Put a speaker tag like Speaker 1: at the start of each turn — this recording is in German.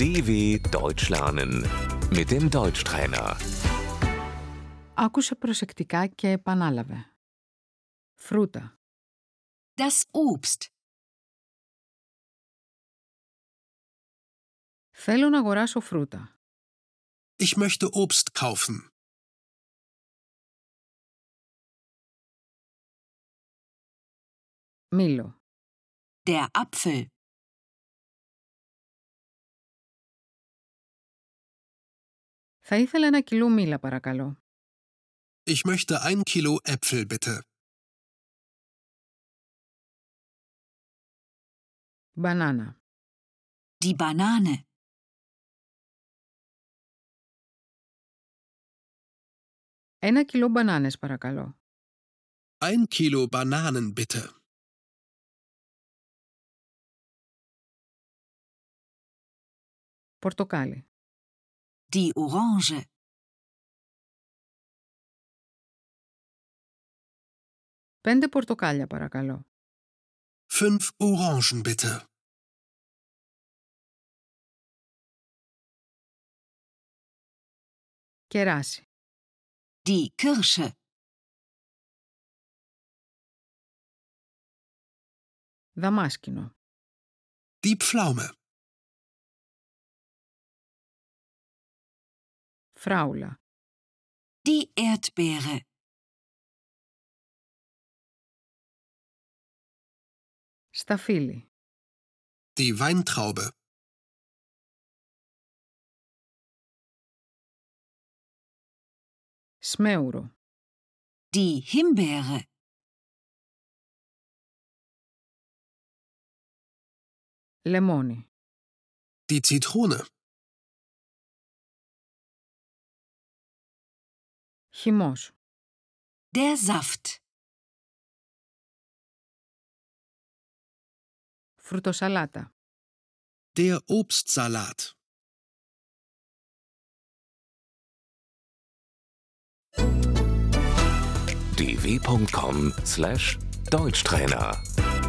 Speaker 1: DW Deutsch lernen mit dem Deutschtrainer.
Speaker 2: Άκουσε προσεκτικά και επανάλαβε. Φρούτα,
Speaker 3: Das Obst.
Speaker 2: θέλω να αγοράσω φρούτα.
Speaker 4: Ich möchte Obst kaufen.
Speaker 2: Μήλο,
Speaker 3: Der Apfel.
Speaker 2: θα ήθελα ένα κιλό μήλα παρακαλώ.
Speaker 4: Ich möchte ein Kilo Äpfel bitte.
Speaker 2: Μπανάνα,
Speaker 3: Die Banane.
Speaker 2: ένα κιλό μπανάνες παρακαλώ.
Speaker 4: Ein Kilo Bananen bitte.
Speaker 2: Πορτοκάλι,
Speaker 3: Die Orange.
Speaker 2: πέντε πορτοκάλια παρακαλώ.
Speaker 4: Fünf Orangen bitte.
Speaker 2: Κεράσι,
Speaker 3: Die Kirsche.
Speaker 2: δαμάσκινο,
Speaker 4: Die Pflaume.
Speaker 2: φράουλα,
Speaker 3: Die Erdbeere.
Speaker 2: σταφύλι,
Speaker 4: Die Weintraube.
Speaker 2: σμέουρο,
Speaker 3: Die Himbeere.
Speaker 2: λεμόνι,
Speaker 4: Die Zitrone.
Speaker 2: χυμός,
Speaker 3: Der Saft.
Speaker 2: φρουτοσαλάτα,
Speaker 4: Der Obstsalat.
Speaker 1: dw.com/deutschtrainer